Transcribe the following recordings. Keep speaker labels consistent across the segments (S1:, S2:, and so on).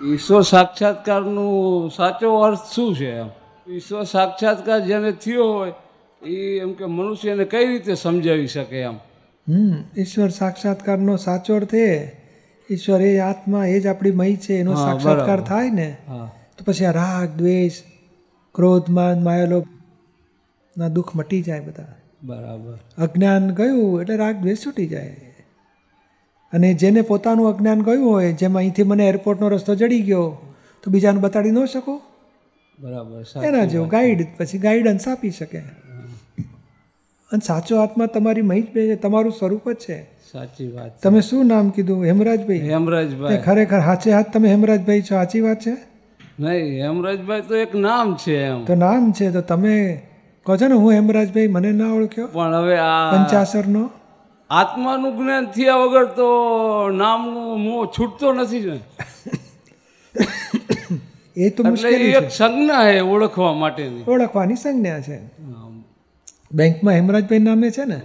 S1: વિશ્વ સાક્ષાત્કારનું સાચો અર્થ શું છે એમ વિશ્વ સાક્ષાત્કાર જેને થયો હોય એ એમ કે મનુષ્યને કઈ રીતે સમજાવી શકે એમ
S2: હમ ઈશ્વર સાક્ષાત્કારનો સાચો અર્થ એ ઈશ્વર એ આત્મા એ જ આપણી મય છે એનો
S1: હા,
S2: સાક્ષાત્કાર
S1: બરાબર.
S2: થાય ને
S1: હા
S2: તો પછી આ રાગ દ્વેષ ક્રોધ માન માયલો ના દુઃખ મટી જાય બધા
S1: બરાબર
S2: અજ્ઞાન ગયું એટલે રાગ દ્વેષ છૂટી જાય અને જેને પોતાનું અજ્ઞાન ગયું હોય જેમ અહીંથી મને એરપોર્ટનો રસ્તો જડી ગયો તો બીજાને બતાડી ન શકો
S1: બરાબર
S2: એના
S1: સાચું
S2: જેવું ગાઈડ પછી ગાઈડન્સ આપી શકે અને સાચો આત્મા તમારી મહી જ બે- તમારું સ્વરૂપ જ છે
S1: સાચી વાત
S2: તમે શું નામ કીધું હેમરાજભાઈ તે
S1: હેમરાજભાઈ
S2: ખરેખર હાચે હાથ તમે હેમરાજભાઈ છો સાચી વાત છે
S1: નહીં હેમરાજભાઈ તો એક નામ છે એમ
S2: તો નામ છે તો તમે કહો છો ને હું હેમરાજભાઈ મને ના ઓળખ્યો
S1: પણ હવે આ
S2: પંચાસરનો
S1: આત્માનું જ્ઞાન થયા વગર તો નામનું મોં છૂટતો નથી ને
S2: એ તો
S1: એટલે એ
S2: મુશ્કેલી
S1: એક સંજ્ઞા છે ઓળખવા માટેની
S2: છે ઓળખવાની સંજ્ઞા છે
S1: આમ.
S2: બેંકમાં હેમરાજભાઈ નામે છે ને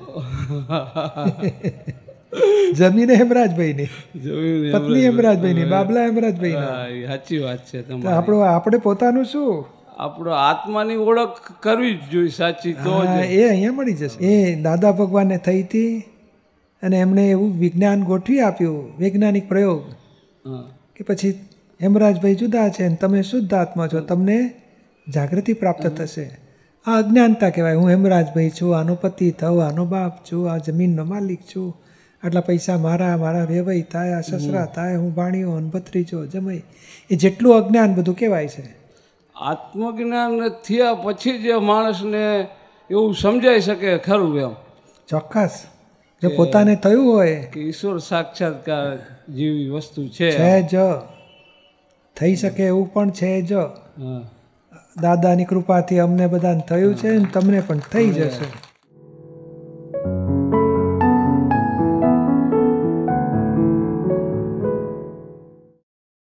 S2: જમીન હેમરાજભાઈની
S1: જોયું ને
S2: પત્ની હેમરાજભાઈની બાબલા હેમરાજભાઈના
S1: હા, એ સાચી વાત છે
S2: તો
S1: તમારી
S2: આપણું આપણે પોતાનું શું
S1: આપણો આત્માની ઓળખ કરવી જ જોઈએ સાચી તો જ.
S2: હા, એ અહીંયા મળી જશે એ દાદા ભગવાનને થઈ હતી અને એમણે એવું વિજ્ઞાન ગોઠવી આપ્યું વૈજ્ઞાનિક પ્રયોગ
S1: હા,
S2: કે પછી હેમરાજભાઈ જુદા છે અને તમે શુદ્ધ આત્મા છો તમને જાગૃતિ પ્રાપ્ત થશે આ અજ્ઞાનતા કહેવાય હું હેમરાજભાઈ છું આનો પતિ થઉં આનો બાપ છું આ જમીનનો માલિક છું આટલા પૈસા મારા મારા વેવાઈ થાય આ સસરા થાય હું ભાણીઓ અને ભત્રીજો જમાઈ એ જેટલું અજ્ઞાન બધું કહેવાય છે
S1: આત્મજ્ઞાન થયા પછી જે માણસને એવું સમજાઈ શકે ખરું એમ
S2: ચોક્કસ જો પોતાને થયું હોય
S1: કે ઈશ્વર સાક્ષાત્કાર જેવી વસ્તુ છે
S2: છે જ થઈ શકે એવું પણ છે જ
S1: હા,
S2: દાદાની કૃપાથી અમને બધાને થયું છે અને તમને પણ થઈ જશે